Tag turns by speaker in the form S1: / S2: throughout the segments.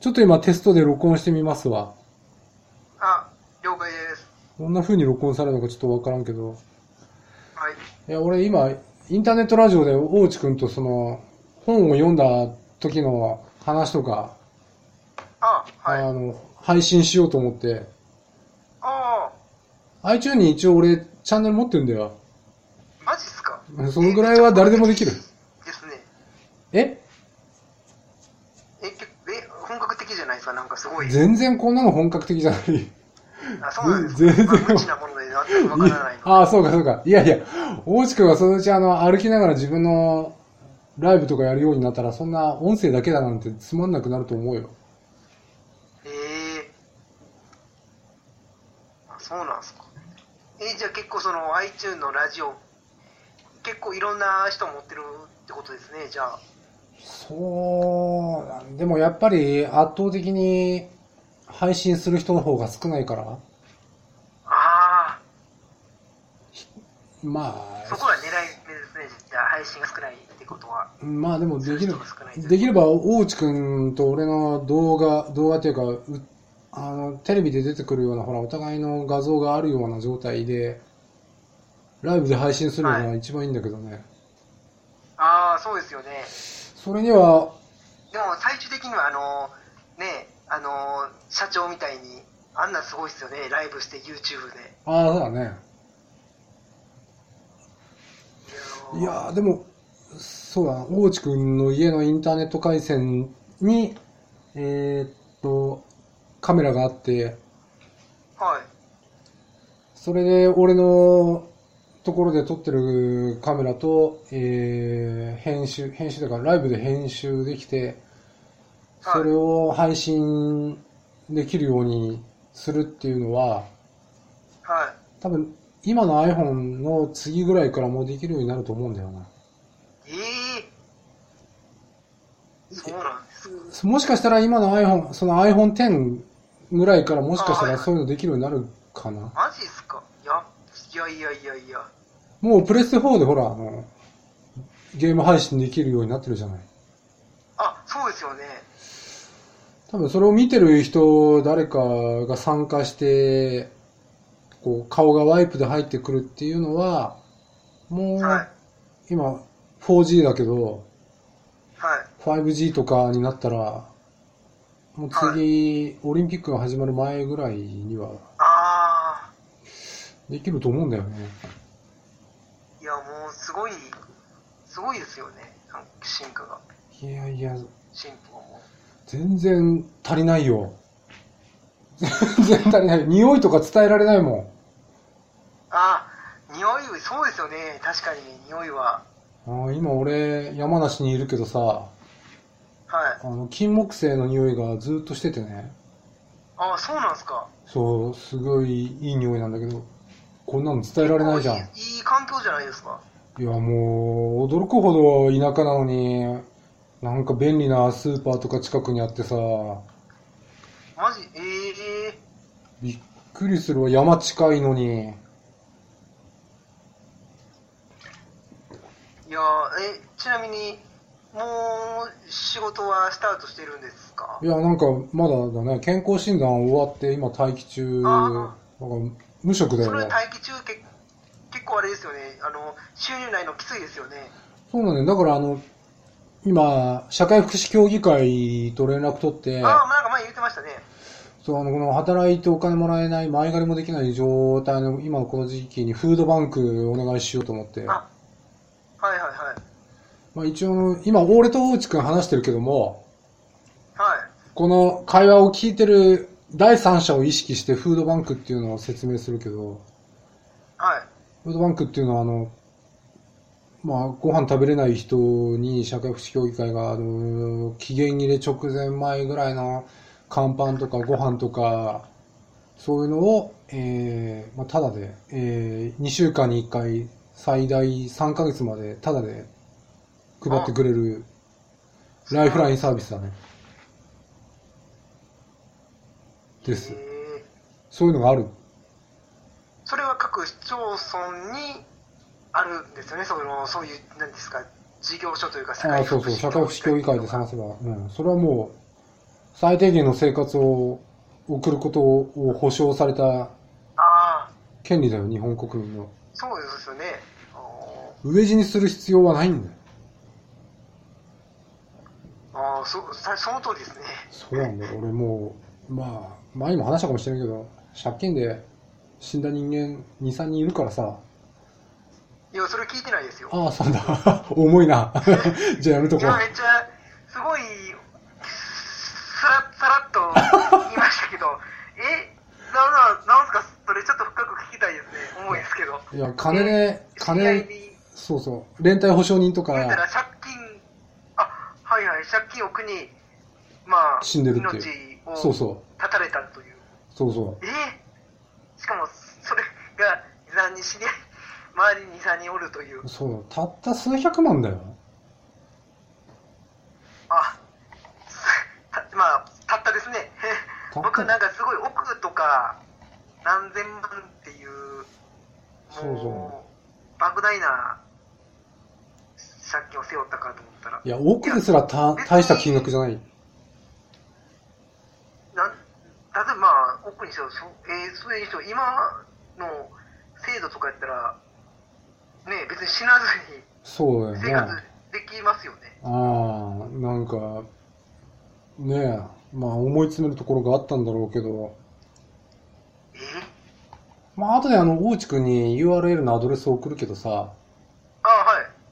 S1: ちょっと今テストで録音してみますわ。
S2: あ、了解です。
S1: どんな風に録音されるのかちょっとわからんけど。
S2: はい。
S1: いや、俺今、インターネットラジオで大内くんとその、本を読んだ時の話とか、
S2: あ、はい。あ
S1: あの、配信しようと思って、
S2: あ
S1: iTune に一応俺、チャンネル持ってるんだよ。
S2: ー、マジっすか
S1: そのぐらいは誰でもできる。
S2: ですね。
S1: え
S2: え、けえ本格的じゃないですかなんかすごい。
S1: 全然こんなの本格的じゃない。
S2: あ、そうなんです
S1: 全然
S2: まあ無知なもので全くわからないの。
S1: ああ、そうかそうか。いやいや、大内くんがそのうちあの、歩きながら自分のライブとかやるようになったら、そんな音声だけだなんてつまんなくなると思うよ。
S2: ええあ、そうなんですか。え、じゃあ結構その iTune のラジオ、結構いろんな人持ってるってことですね、じゃあ。
S1: そうだ、でもやっぱり圧倒的に配信する人の方が少ないから、
S2: あ
S1: ま
S2: あ、そこ
S1: あ、
S2: が狙い目ですね、じゃあ配信が少ないってことは。
S1: まあでもできる
S2: そういう人が少ない、ですね
S1: できれば大内くんと俺の動画、動画っていうか、うあの、テレビで出てくるような、ほら、お互いの画像があるような状態で、ライブで配信するのが一番いいんだけどね。
S2: ああ、そうですよね。
S1: それには、
S2: でも最終的にはあのねあの社長みたいにあんなすごいっすよねライブして YouTube で
S1: ああ、そうだね。い
S2: あ
S1: やーでも、そうだ、大内くんの家のインターネット回線に、えーっと、カメラがあって、
S2: のはい
S1: それで俺のところで撮ってるカメラと、えー編集、編集だからライブで編集できて、
S2: はい
S1: それを配信できるようにするっていうのは、
S2: はい
S1: 多分今の iPhone の次ぐらいからもうできるようになると思うんだよな。
S2: ええそうなんですか
S1: もしかしたら今の iPhone、その iPhone X ぐらいからもしかした
S2: あ
S1: ら
S2: はい
S1: そういうのできるようになるかな。
S2: マジっすかいやいやいやいやいや
S1: もうプレステ4でほら、あの、ゲーム配信できるようになってるじゃない。
S2: あそうですよね
S1: 多分それを見てる人、誰かが参加して、こう、顔がワイプで入ってくるっていうのは、もう、
S2: はい
S1: 今、4G だけど、
S2: はい
S1: 5G とかになったら、もう次、オリンピックが始まる前ぐらいには
S2: ああ
S1: できると思うんだよね。
S2: いやもうすごいすごいですよねなんか進化が
S1: いやいや、
S2: 進歩がもう
S1: 全然足りないよ。全然足りない。匂いとか伝えられないも
S2: ああ匂いそうですよね確かに匂いは
S1: ん。あー今俺、山梨にいるけどさ、
S2: はい
S1: あの、金木犀の匂いがずっとしててね。
S2: ああそうなんですか
S1: そう、すごいいい匂いなんだけど、こんなの伝えられないじゃん。
S2: いいいい環境じゃないですか。
S1: いや、もう、驚くほど田舎なのに、なんか便利なスーパーとか近くにあってさ、
S2: マジええ
S1: びっくりするわ。山近いのに。
S2: いやえちなみにもう仕事はスタートしてるんですか
S1: いや、なんか、まだだね、健康診断終わって、今待機中、なん
S2: あ
S1: か無職だ
S2: そ
S1: よ
S2: れ
S1: ね。
S2: 待機中け結構あれですよねあの収入内のきついですよね
S1: そうなんだよ。だから、あの、今、社会福祉協議会と連絡取って、
S2: ああなんか前言ってましたね
S1: そう、あの、この働いてお金もらえない、前借りもできない状態の、今のこの時期にフードバンクお願いしようと思って、
S2: あはいはいはい
S1: まあ一応、今、俺と大内くん話してるけども、
S2: はい
S1: この会話を聞いてる第三者を意識してフードバンクっていうのを説明するけど、
S2: はい
S1: フードバンクっていうのは、あの、まあ、ご飯食べれない人に社会福祉協議会が、あの、期限切れ直前前ぐらいの乾パンとかご飯とか、そういうのを、えーまあ、ただで、えー、2週間に1回、最大3ヶ月まで、ただで配ってくれる、ライフラインサービスだね。です
S2: え。え
S1: そういうのがある。
S2: それは各市町村にあるんですよねそのそういう何ですか事業所というか
S1: ああ、そうそう、社会福祉協議会で
S2: さ
S1: 探せば、うん、それはもう、最低限の生活を送ることを保障された
S2: ああ、
S1: 権利だよ、日本国民の。
S2: そうですよね。あ
S1: 飢え死にする必要はないんだよ。
S2: ーあー、そさその通りですね。
S1: そうなんだよ、俺もう、まあ、前にも話したかもしれないけど、借金で死んだ人間2、3人いるからさ、
S2: いや、それ聞いてないですよ。
S1: ああ、そうだ、 重いな。じゃあやめとこ
S2: 今
S1: う。
S2: めっちゃ、すごい、さらさらっ と言いましたけど、え、なんなん、なんすか、それちょっと深く聞きたいですね。重いですけど。
S1: いや、金で、金
S2: 知り合い
S1: で、
S2: に
S1: そうそう、連帯保証人と
S2: 言ったら
S1: か、
S2: 借金、あ、はいはい、借金を苦に、まあ、
S1: 死んでるっていう
S2: 命を
S1: そうそう、
S2: 絶たれたという。
S1: そうそ
S2: えーしかも、それが、何に知り合い、周りに3人おるという
S1: う、。そう、たった数百万だよ。
S2: あ、た まあ、たったですね。
S1: たった
S2: 僕なんかすごい億とか何千万っていう、
S1: そうそう
S2: 莫大な借金を背負ったかと思ったら
S1: い、や、億ですらた大した金額じゃない。
S2: なん例えばまあ、億にしろ、そえーそれにしろ、今の制度とかやったら、ね、別に死なずに
S1: そうだ
S2: 生
S1: よね
S2: 活。できますよね。
S1: ああ、なんか、ねえ、まあ思い詰めるところがあったんだろうけど、
S2: え
S1: まあ後であの、大内くんに URL のアドレスを送るけどさ、
S2: あはい。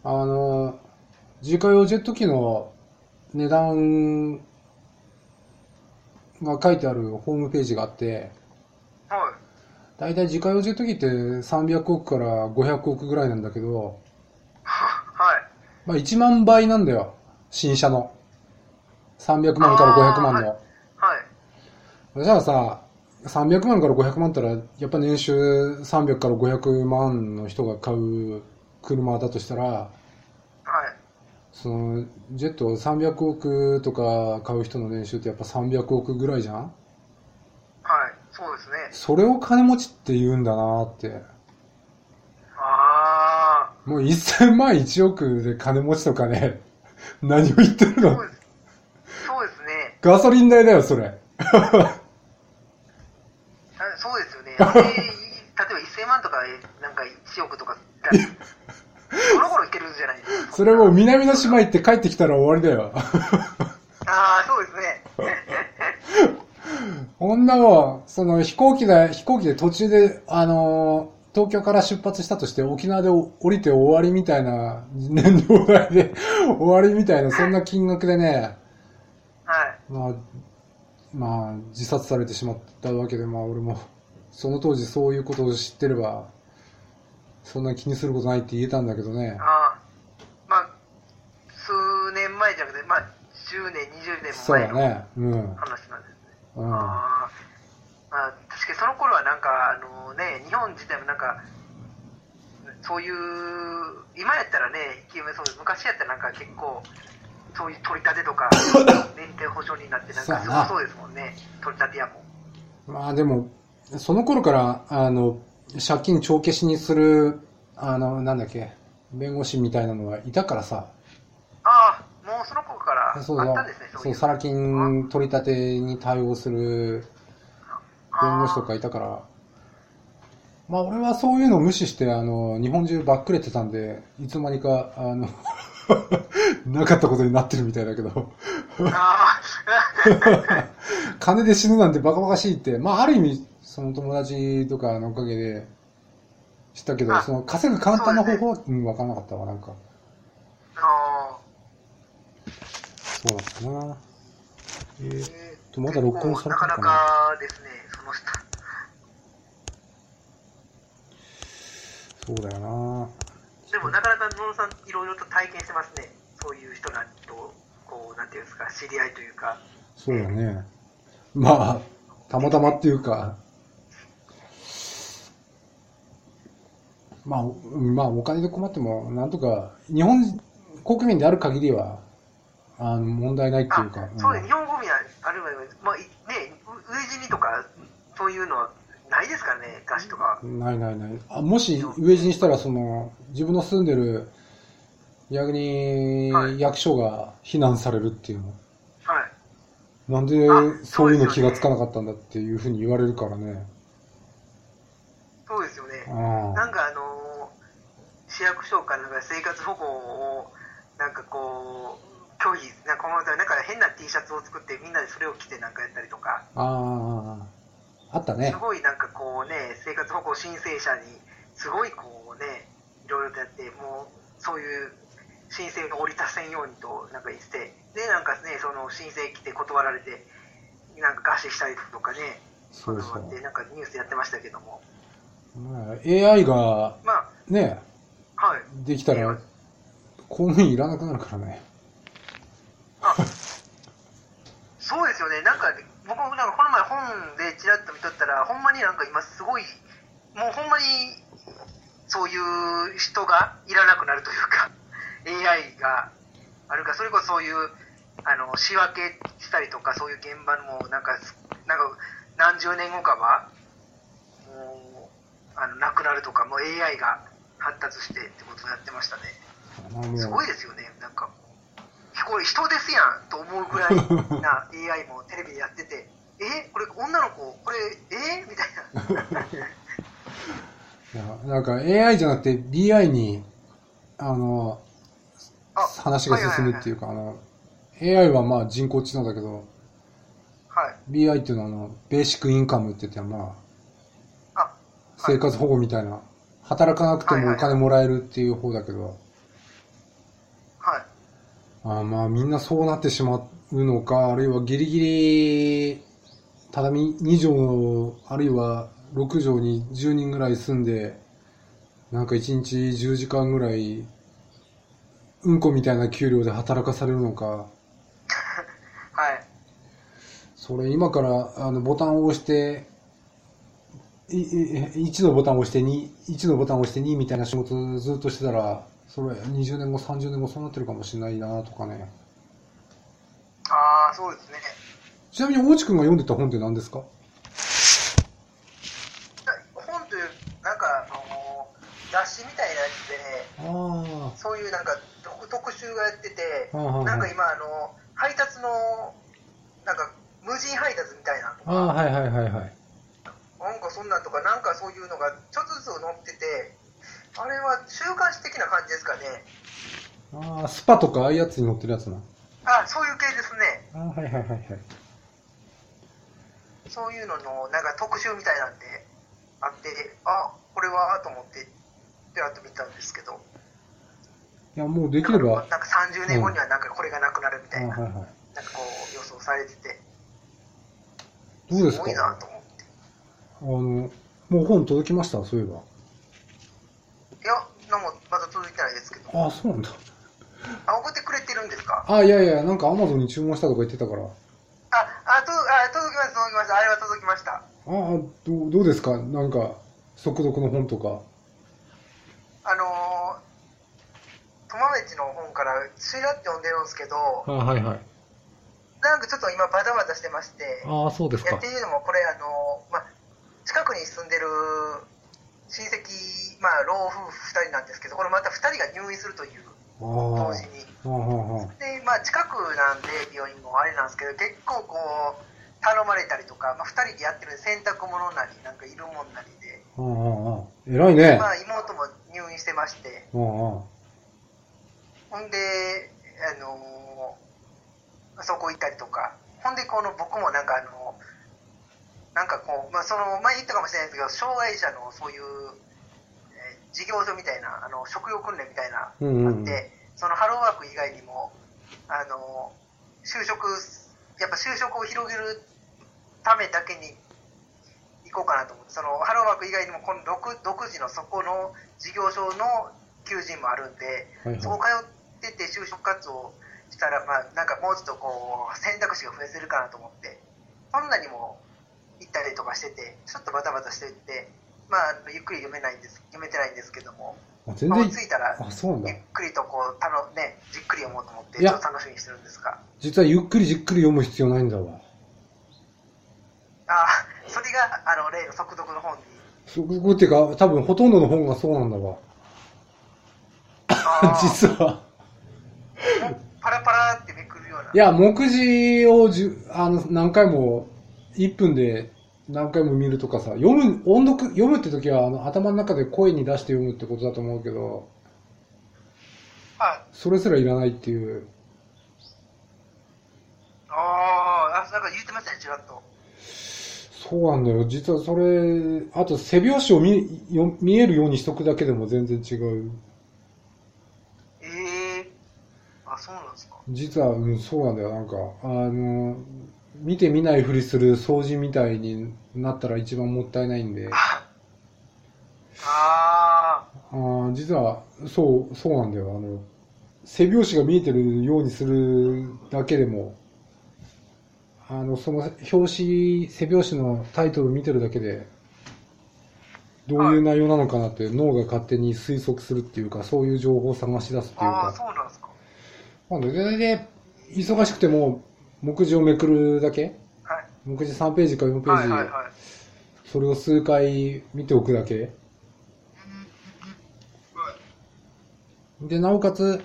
S1: あの、自家用ジェット機の値段が書いてあるホームページがあって、
S2: はい。
S1: だいたい自家用ジェット機って300億から500億ぐらいなんだけど、
S2: はい。
S1: まあ1万倍なんだよ、新車の。300万から500万の。
S2: はい。
S1: じゃあさ、300万から500万ったら、やっぱ年収300から500万の人が買う車だとしたら、
S2: はい。
S1: そのジェット300億とか買う人の年収ってやっぱ300億ぐらいじゃん
S2: はい。そうですね。
S1: それを金持ちって言うんだなって。
S2: ああ。
S1: もう1000万1億で金持ちとかね、何を言ってる
S2: そ
S1: の
S2: うです。そうですね。
S1: ガソリン代だよ、それ。
S2: あそうです よね。あれ例えば1000万とか、なんか1億とかだったら、その頃いけるじゃないですか。
S1: それもう南の島行って帰ってきたら終わりだよ。
S2: ああ、そうですね。
S1: 女を、その飛行機で、飛行機で途中で、あのー東京から出発したとして沖縄で降りて終わりみたいな、燃料代で 終わりみたいな、そんな金額でね、
S2: はい。
S1: まあ、まあ、自殺されてしまったわけで、まあ俺も、その当時そういうことを知ってれば、そんな気にすることないって言えたんだけどね。
S2: ああ。まあ、数年前じゃなくて、まあ、10年、20年も
S1: そう
S2: 前
S1: だ
S2: の
S1: ね。うん。
S2: 話なんですね。
S1: うん。
S2: あーまあ、確かにその頃はなんか、あのね、日本自体もなんか、そういう、今やったらね、清めそうです昔やったらなんか結構、そういう取り立て とか、連帯保証人になって、なんか
S1: そ
S2: す
S1: う
S2: ご
S1: やな
S2: そうですもんね、取り立て屋も。
S1: まあでも、その頃から、あの、借金帳消しにする、あの、なんだっけ、弁護士みたいなのはいたからさ、
S2: ああ、もうその頃からあ
S1: そう
S2: ったん
S1: だ
S2: ですね、、そう
S1: そ、
S2: いうう。
S1: サラ金取り立てに対応する弁護士とかいたから、まあ俺はそういうのを無視して、あの、日本中ばっくれてたんで、いつまにか、あの、 なかったことになってるみたいだけど、
S2: あ
S1: 金で死ぬなんてバカバカしいって、まあある意味、その友達とかのおかげで知ったけど、
S2: あ
S1: その稼ぐ簡単な方法は、うん、わからなかったわ、なんか。
S2: あ、あ
S1: そうだったな。え
S2: ー
S1: ー
S2: えー
S1: とまだ録音されてるかな
S2: 結構なかなかですね、その人。
S1: そうだよな。
S2: でもなかなか野呂さんいろいろと体験してますねそういう人らとこうなんていうんですか知り合いというか
S1: そうだね。まあ、たまたまっていうか、まあ、うんまあ、お金で困っても、なんとか、日本国民である限りは、あの問題ないっていうか
S2: あ、そうね、
S1: うん
S2: 日本語みはあるいは、まあ、いねう飢え死にとかそういうのはないですからね餓死とか
S1: ないないないあもし飢え死にしたらその自分の住んでる逆に
S2: はい
S1: 役所が非難されるっていうの
S2: はい
S1: なんでそういうの気がつかなかったんだっていうふうに言われるからね。
S2: そうですよね。
S1: あ
S2: なんかあのー市役所からなんか生活保護をなんかこう拒否なんかこの間なんか変な T シャツを作ってみんなでそれを着てなんかやったりとか
S1: あ。ああ。あったね
S2: す。ごいなんかこうね生活保護申請者にすごいこうねいろいろとやってもうそういう申請が降りたせんようにとなんか言っててでなんかねその申請来て断られてなんか餓死したりとかね
S1: そうそ
S2: でなんかニュースやってましたけども
S1: う。まあ AI が
S2: まあ
S1: ね、
S2: はい
S1: できたら公務員いらなくなるからね。
S2: あそうですよね、なんか僕もなんかこの前本でちらっと見とったら、ほんまになんか今すごい、もうほんまにそういう人がいらなくなるというか、AI があるから、それこそそういうあの仕分けしたりとか、そういう現場のもなんかす、なんか何十年後かは、もうあのなくなるとか、もう AI が発達してってことをやってましたね。
S1: まあもう
S2: すごいですよね、なんか、これ人ですやんと思うぐらい な AI もテレビでやってて、えこれ女の子、これ、えみたいな、
S1: いやなんか AI じゃなくて BI にあの
S2: あ、
S1: 話が進むっていううかあの AI はまあ人工知能だけど
S2: はいはいはい、
S1: BI っていうのはあのベーシックインカムって言ってま
S2: あ
S1: あ生活保護みたいな働かなくてもお金もらえるっていう方だけど
S2: はい、
S1: あーまあみんなそうなってしまうのかあるいはギリギリ畳2畳のあるいは6畳に10人ぐらい住んでなんか1日10時間ぐらいうんこみたいな給料で働かされるのか
S2: はい、
S1: それ今からあのボタンを押していい1のボタンを押して21のボタンを押して2みたいな仕事ずっとしてたらそれ20年後30年後そうなってるかもしれないなとかね
S2: ああ、そうですね、
S1: ちなみに大地君が読んでた本って何ですか
S2: 本という、なんか、あの雑誌みたいなやつでね、
S1: ああ
S2: そういうなんか特特集がやってて、
S1: はいはいはい
S2: なんか今、あの配達の、なんか無人配達みたいな。
S1: ああはいはいはいはい
S2: なんかそんなんとか、なんかそういうのがちょっとずつ載ってて、あれは週刊誌的な感じですかね。
S1: ああスパとかああいうやつに乗ってるやつな
S2: あそういう系ですね。
S1: ああはいはいはいはい
S2: そういうのの、なんか特集みたいなんで、あって、あこれはと思って、で、あと見たんですけど、
S1: いやもうできれば
S2: なんか30年後にはなんかこれがなくなるみ
S1: ああ
S2: た
S1: はいい
S2: な、なんか
S1: は
S2: こう予想されてて、
S1: いどうです
S2: ごいな
S1: か
S2: と思って。
S1: あのもう本届きましたそういえば
S2: いや、なんもまだ続いてないですけど、
S1: ああそうなんだ
S2: あ、送ってくれてるんですか
S1: ああいやいやなんかアマゾンに注文したとか言ってたからあ
S2: あ、あ、とあ届きました、届きました。あれは届きました。
S1: あどうどうですかなんか速読の本とか
S2: あのー、トマメチの本からちらって読んでるんですけど、
S1: ああはいはい
S2: なんかちょっと今バタバタしてまして、
S1: ああそうで
S2: いやっていうのもこれあのー、まあ、近くに住んでる親戚、まあ、老夫婦2人なんですけど、これまた2人が入院するという、
S1: ああは
S2: 同時に。
S1: あは
S2: で、まあ、近くなんで病院もあれなんですけど、結構こう、頼まれたりとか、まあ、2人でやってる洗濯物なり、なんかいるもんなりで、
S1: あはああ偉いね
S2: まあ、妹も入院してまして。
S1: ああ
S2: ほんで、あのーそこ行ったりとか、ほんで、この僕もなんか、あのなんかこう、まあ、その前言ったかもしれないですけど、障害者のそういう、えー事業所みたいな、あの食料訓練みたいな、
S1: うんうんうん
S2: あって、そのハローワーク以外にも、あの就職、やっぱ就職を広げるためだけに行こうかなと思って、そのハローワーク以外にも、この独独自のそこの事業所の求人もあるんで、
S1: はい
S2: そこ
S1: は
S2: 通ってて就職活動したら、まあ、なんかもうちょっとこう選択肢が増やせるかなと思って、そんなにも行ったりとかしてて、ちょっとバタバタしてて、まあ、ゆっくり読めないんです、読めてないんですけども、
S1: いあ全
S2: まあ
S1: 然
S2: 着いたら、
S1: あそうなん
S2: ゆ
S1: だ
S2: っくりとこうたの、ね、じっくり読もうと思って、
S1: い
S2: ち
S1: や
S2: ょっと楽しみにしてるんですが、
S1: 実はゆっくりじっくり読む必要ないんだわ
S2: あーそれがあの例の速読の 本に、
S1: そこっていうか多分ほとんどの本がそうなんだわ
S2: あー
S1: 実は
S2: パラパラってめくるよようない
S1: や、目次をじゅあの何回も、1分で何回も見るとかさ、読む、音読、読むって時はあの頭の中で声に出して読むってことだと思うけど、
S2: はい
S1: それすらいらないっていう。
S2: ああなんか言ってましたねちらっと
S1: そうなんだよ。実はそれ、あと背表紙を見よ見えるようにしとくだけでも全然違う。
S2: ええあそうなんですか
S1: 実は、うん、そうなんだよ。なんか、あの、見て見ないふりする掃除みたいになったら一番もったいないんで、あ
S2: ああ
S1: ー実は、そう、そうなんだよ。あの、背表紙が見えてるようにするだけでも、あの、その表紙、背表紙のタイトル見てるだけで、どういう内容なのかなって脳が勝手に推測するっていうか、そういう情報を探し出すっていう
S2: あ
S1: か、
S2: あそうなんですか
S1: まあで、でで忙しくても、目次をめくるだけ
S2: はい
S1: 目次3ページか4ページ、
S2: はいはいはい
S1: それを数回見ておくだけでなおかつ、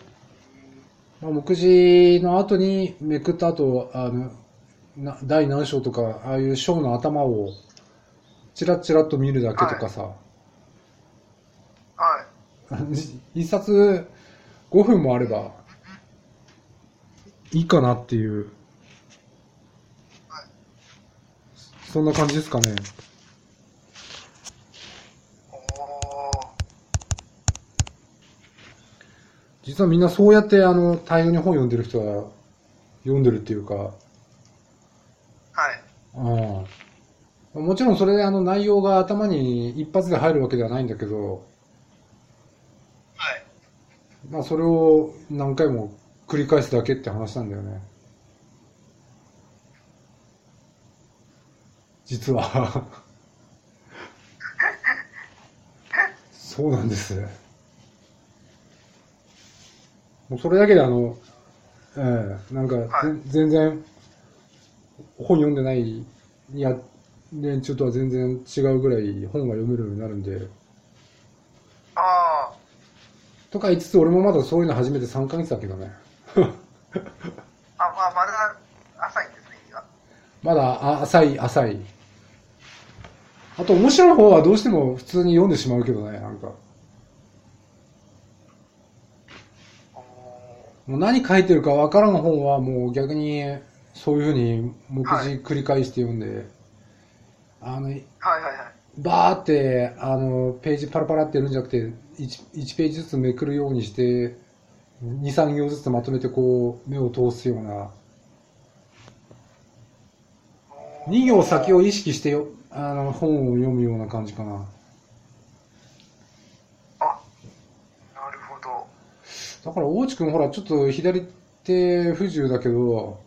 S1: まあ、目次の後にめくった後あのな第何章とかああいう章の頭をチラッチラッと見るだけとかさ、
S2: はい
S1: 一冊5分もあればいいかなっていうそんな感じですかね
S2: おお
S1: 実はみんなそうやってあの大量に本読んでる人は読んでるっていうか
S2: はい
S1: うんもちろんそれであの内容が頭に一発で入るわけではないんだけど、
S2: はい
S1: まあ、それを何回も繰り返すだけって話なんだよね実 はそうなんですもうそれだけであのええなんか、
S2: はい
S1: ぜ全然本読んでないいや連中とは全然違うぐらい本が読めるようになるんで
S2: あ
S1: とか言いつつ俺もまだそういうの初めて3ヶ月だけどね
S2: ああまあまだ浅いんですね日が
S1: まだあ浅い浅いあと面白い方はどうしても普通に読んでしまうけどねなんか
S2: おお
S1: もう何書いてるかわからん本はもう逆にそういうふうに目次繰り返して読んで、あの
S2: はいはいはい
S1: バーってあのページパラパラってやるんじゃなくて 1, 1ページずつめくるようにして23行ずつまとめてこう目を通すような
S2: おー
S1: 2行先を意識してよあの本を読むような感じかな
S2: あなるほど
S1: だから大地君ほらちょっと左手不自由だけど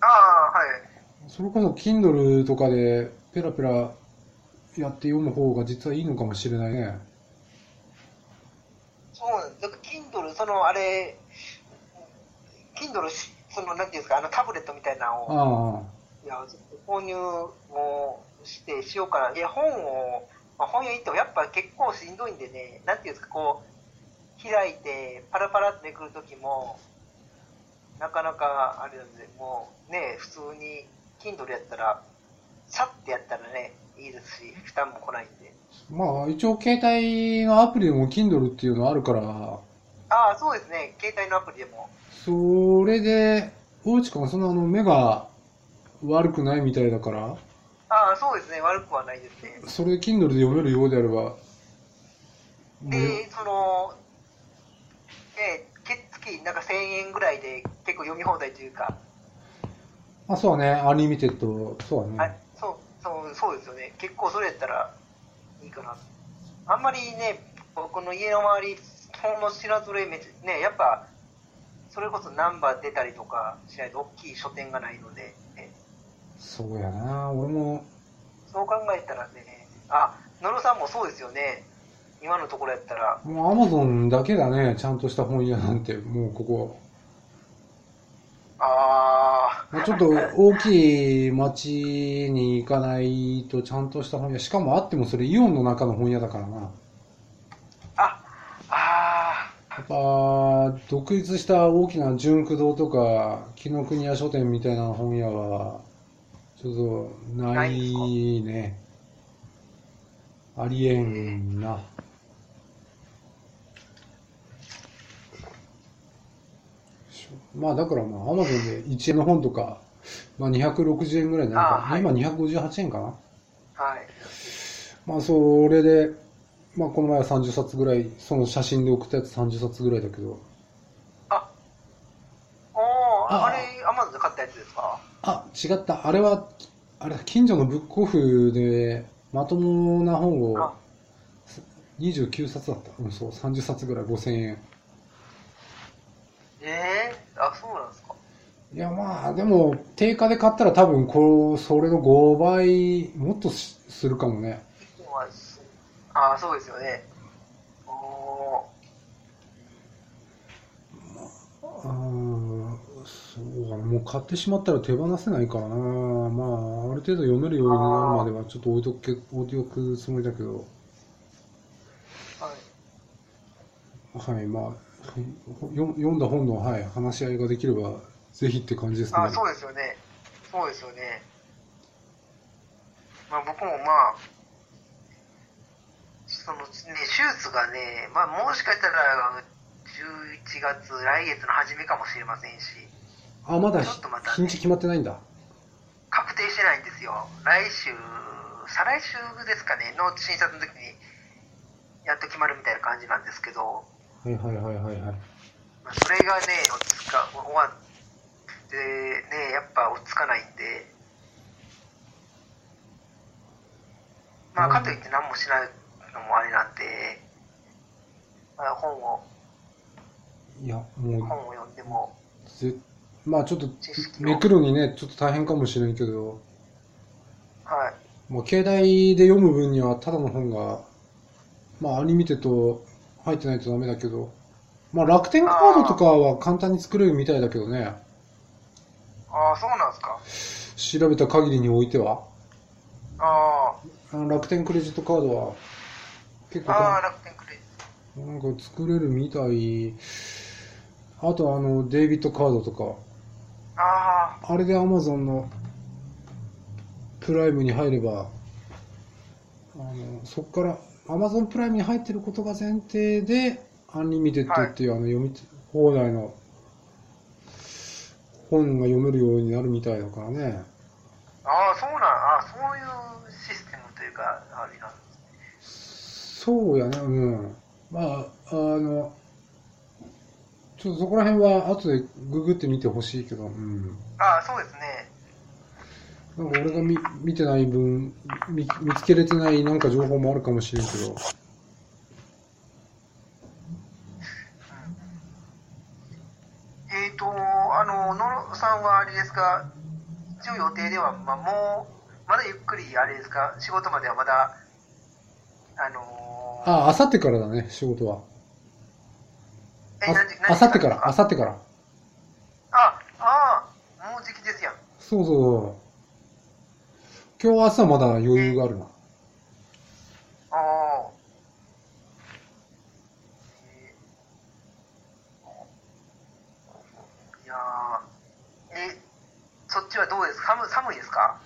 S2: ああはい
S1: それこそ Kindle とかでペラペラやって読む方が実はいいのかもしれないね
S2: そうなんです。だから Kindle、そのあれ、Kindle し、そのなんていうんですか、あのタブレットみたいなのを、
S1: あ
S2: いや、購入をしてしようかな。いや、本を、まあ、本屋行ってもやっぱ結構しんどいんでね、なんていうんですか、こう、開いて、パラパラってめくるときも、なかなかあれなんで、もうね、普通に Kindle やったら、さってやったらね、いいですし、負担も来ないん
S1: あ
S2: で。
S1: まあ一応携帯のアプリでも Kindle っていうのあるから
S2: ああ、そうですね、携帯のアプリでも。
S1: それで大地君はそんなあの目が悪くないみたいだから
S2: ああ、そうですね、悪くはないですね。
S1: それ Kindle で読めるようであればもう
S2: で、その、え月なんか1000円ぐらいで結構読み放題というか、
S1: あそうだねアニメテッドそうだね、
S2: あそうそうそうですよね、結構それやったらいいかな。あんまりね、僕の家の周り、ほんの品揃えめっちゃ、ね、やっぱ、それこそナンバー出たりとかしないと大きい書店がないので、ね
S1: そうやな俺も
S2: そう考えたらね、あ、野呂さんもそうですよね、今のところやったら。
S1: もうアマゾンだけだね、ちゃんとした本屋なんて、もうここ。
S2: あ
S1: まあちょっと大きい町に行かないとちゃんとした本屋、しかもあってもそれイオンの中の本屋だからな。
S2: あ、ああー、
S1: っぱ独立した大きな純駆堂とか紀ノ国屋書店みたいな本屋はちょっとないねありえんなまあだからまあアマゾンで1円の本とか、まあ、260円ぐらいになるか
S2: あーは
S1: ら
S2: い
S1: 今258円かな
S2: はい。
S1: まあそれで、まあ、この前は30冊ぐらいその写真で送ったやつ30冊ぐらいだけど
S2: あ、おー
S1: あ
S2: あれ、アマゾンで買ったやつですか
S1: あ、違った。あれは、あれ、近所のブックオフで、まともな本を
S2: あ、
S1: 29冊だった。うん、そう、30冊ぐらい、5000円。
S2: ええあ、そうなんですか。
S1: いや、まあ、でも、定価で買ったら多分、こう、それの5倍、もっとしするかもね。
S2: あ、そうですよね。お
S1: うーん、そうだね。もう買ってしまったら手放せないからな。まあ、ある程度読めるようになるまでは、ちょっと置いとけ、置いておくつもりだけど。
S2: ーはい。
S1: はい、まあ、はいよ読んだ本の、はい、話し合いができれば、ぜひって感じですね。
S2: あ、そうですよね。そうですよね。まあ僕もまあ、そのね、手術がね、まあもしかしたら11月、来月の初めかもしれませんし、
S1: あ、まだ
S2: ちょっとまたね
S1: 日にち決まってないんだ。
S2: 確定してないんですよ。来週、再来週ですかね、の診察の時に、やっと決まるみたいな感じなんですけど、
S1: はいはいはいはいはい。
S2: まあそれがね、落ち着か、終わって、ね、やっぱ落ち着かないんで、まあ、かといって何もしないのもあれなんで、まあ、本を、
S1: いや、も
S2: 本を読んでも、
S1: う、ぜまあちょっと
S2: 知識を
S1: めくるにね、ちょっと大変かもしれんけど、
S2: はい、
S1: まあ、携帯で読む分には、ただの本が、まあ、アニメテと入ってないとダメだけど、まあ、楽天カードとかは簡単に作れるみたいだけどね、
S2: ああ、そうなんですか。
S1: 調べた限りにおいては。
S2: あ
S1: あの楽天クレジットカードは、結
S2: あ、
S1: 構
S2: ああ、楽天クレジッ
S1: なんか作れるみたい。あとあの、デイビットカードとか。
S2: ト。あ
S1: あれで Amazon のプライムに入れば、あのそこから Amazon プライムに入ってることが前提で、アンリミテッドっていう、あの読み放題の本が読めるようになるみたいだからね。
S2: あ、ああ、そうなん、ああ、そういうシステムというか、あれなんです。
S1: そうやね、うん。まあ、あの、ちょっとそこら辺は後でググってみてほしいけど、うん。
S2: ああ、そうですね。
S1: なんか俺が見見てない分見、見つけれてないなんか情報もあるかもしれんけど、
S2: えーと、あの、野呂さんはあれですか、一応予定では、まあ、もう、まだゆっくり、あれですか、仕事まではまだ、あのー、
S1: あ、あさってからだね、仕事は。
S2: え何時
S1: あさってか
S2: 何
S1: ら、あ
S2: 時
S1: さってから。
S2: あ、ああ、もう時期ですやん。
S1: そうそうそう。今日明日はまだ余裕があるな。
S2: ああ。えーいやーえ、そっちはどうですか寒寒いですか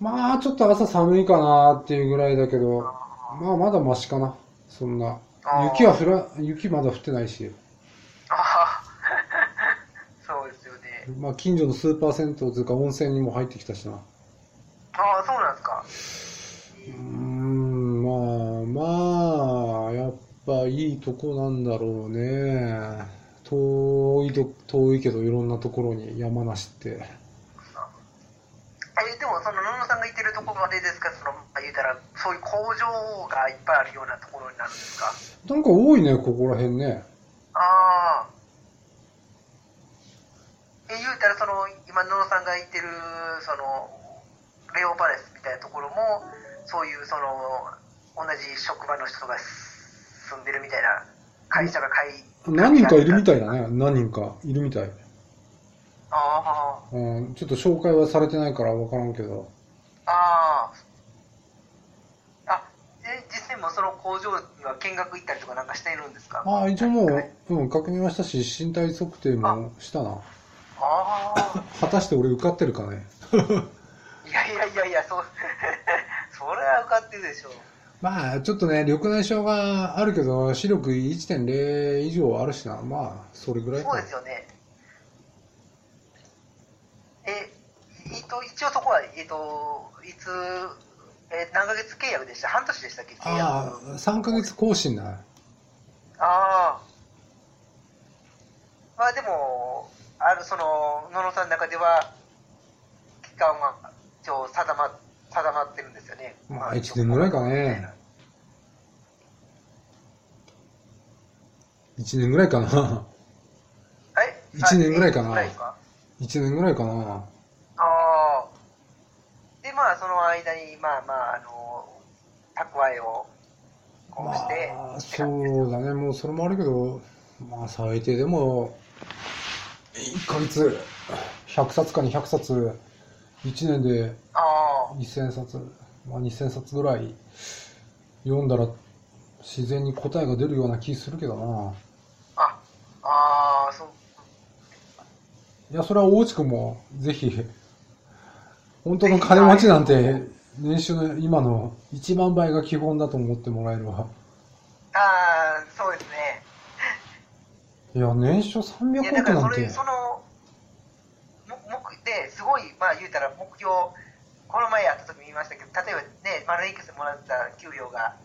S1: まあ、ちょっと朝寒いかなっていうぐらいだけど、
S2: あ
S1: まあ、まだマシかな。そんな。
S2: あー
S1: 雪は降ら、雪まだ降ってないし。
S2: あー そうですよね。
S1: まあ、近所のスーパー銭湯というか温泉にも入ってきたしな。う
S2: ああ、そうなんですか。
S1: ーん、まあ、まあ、やっぱいいとこなんだろうね。遠いと、遠いけどいろんなところに山梨って。
S2: えでもその野々さんがいてるところまでですかその、まあ、言うたらそういう工場がいっぱいあるようなところになるんですか
S1: なんか多いね、ここら辺ね。
S2: ああえ言うたらその今野々さんがいてるそのレオパレスみたいなところもそういうその同じ職場の人が住んでるみたいな会社が買い
S1: 何人かいるみたいだね。何人かいるみたい。
S2: あ
S1: うん、ちょっと紹介はされてないからわからんけど。
S2: ああああえ実際もうその工場が見学行ったりとかなんかしてるんですか
S1: ああ、一応も
S2: はい、
S1: う、うん、確認はしたし、身体測定もしたな。
S2: ああ
S1: 果たして俺受かってるかね。
S2: いやいやいやいやそう それは受かってるでしょう
S1: まあ、ちょっとね、緑内障があるけど、視力1.0以上あるしな。まあ、それぐらい
S2: そう
S1: か
S2: ですよね。え、えっと、一応そこは、えっと、いつ、え、何ヶ月契約でした半年でしたっけ契約。
S1: ああ、3ヶ月更新な。
S2: ああ。まあでも、ある、その、野呂さんの中では、期間は、一応定ま、定まってるんですよね。
S1: まあ、1年ぐらいかね。1年ぐらいかな。
S2: え
S1: 一年ぐらいかな
S2: 一年ぐらいですか
S1: 1年ぐらいかな。
S2: ああ。で、まあ、その間に、まあまあ、あの、蓄えを、こうして、
S1: まあ、そうだね、もうそれもあるけど、まあ、最低でも、1ヶ月、100冊か200冊、1年で
S2: あ
S1: 1000冊、まあ、2000冊ぐらい読んだら、自然に答えが出るような気するけどな。
S2: あ、あ、ああ、そう、
S1: いや、それは大内くんも、ぜひ、本当の金持ちなんて、年収の今の1万倍が基本だと思ってもらえるわ。
S2: ああ、そうですね。
S1: いや、年収
S2: いや、だ
S1: 300億
S2: から
S1: な
S2: そ
S1: んて
S2: れ、。その、も目で、すごい、まあ言うたら目標、この前やった時も言いましたけど、例えばね、丸いくつもらった給料が、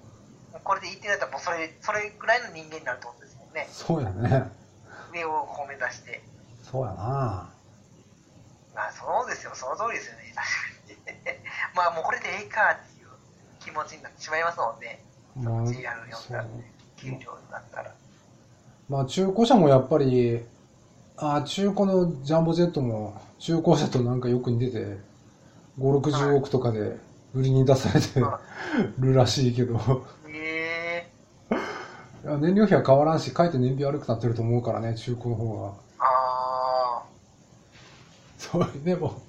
S2: もうこれでいってなったら、もうそれ、それぐらいの人間になるってことですもんね。
S1: そうやね。
S2: 上をこう目指して。
S1: そうやな。
S2: まあそうですよ、その通りですよね、確かに。まあもうこれでええかっていう気持ちになってしまいますもんね、
S1: まあ、
S2: JR を呼ん
S1: そ
S2: だら
S1: う。
S2: ね、給料になったら。
S1: まあ、中古車もやっぱり、あ中古のジャンボジェットも、中古車となんかよく似てて、5、60億とかで売りに出されて
S2: は
S1: るらしいけど、
S2: ええ
S1: いや燃料費は変わらんし、かえって燃費悪くなってると思うからね、中古の方が。
S2: あ
S1: それでも、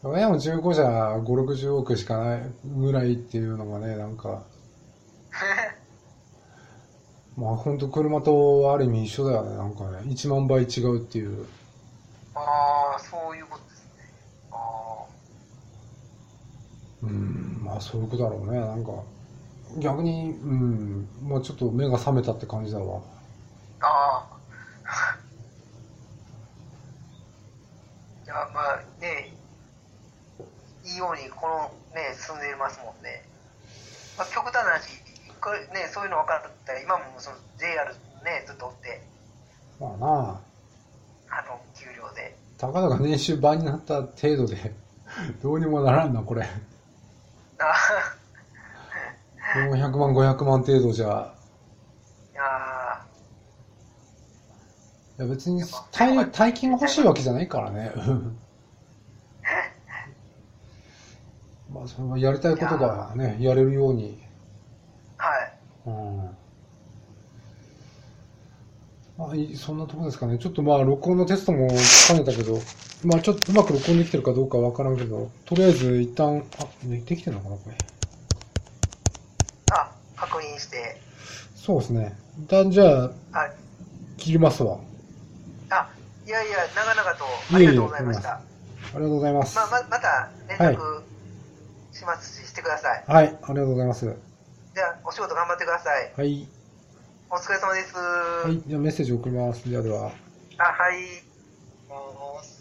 S1: それでも中古車5、60億しかないぐらいっていうのがね、なんか、
S2: あ。
S1: まあ本当車とある意味一緒だよね、なんかね、1万倍違うっていう。
S2: ああ、そういうことですね。あ
S1: うん、まあそういうことだろうね、なんか、逆に、うん、まあちょっと目が覚めたって感じだわ。
S2: あ、ああ。 いや、まあね、いいようにこのね、進んでいますもんね。まあ、極端な話、これね、そういうの分からなかったら、今もその JR ね、ずっとおって、
S1: まあなあ、
S2: あの、給料で。
S1: たかだか年収倍になった程度で、どうにもならんな、これ。
S2: あ あ、
S1: 400万、500万程度じゃ、
S2: いや
S1: いや別に大大金が欲しいわけじゃないから ね。まあそれはやりたいことがね、やれるように。
S2: ーはい。
S1: うん。まあいいそんなとこですかね。ちょっとまあ録音のテストも兼ねたけど、まあちょっとうまく録音できてるかどうかわからんけど、とりあえず一旦、あ、ねできてるのかな、これ。
S2: あ、確認して。
S1: そうですね。一旦じゃあ、
S2: あ、
S1: 切りますわ。
S2: あいやいや、長々とあ
S1: いえい
S2: り
S1: え
S2: がとうございました。
S1: ありがとうございます。
S2: まあ、ままた連絡しますし、してください。
S1: はい、ありがとうございます。
S2: じゃあ、お仕事頑張ってください。
S1: はい。
S2: お疲れ様です。
S1: はい、じゃあメッセージ送ります。ではでは。
S2: あ、はい。おはようございます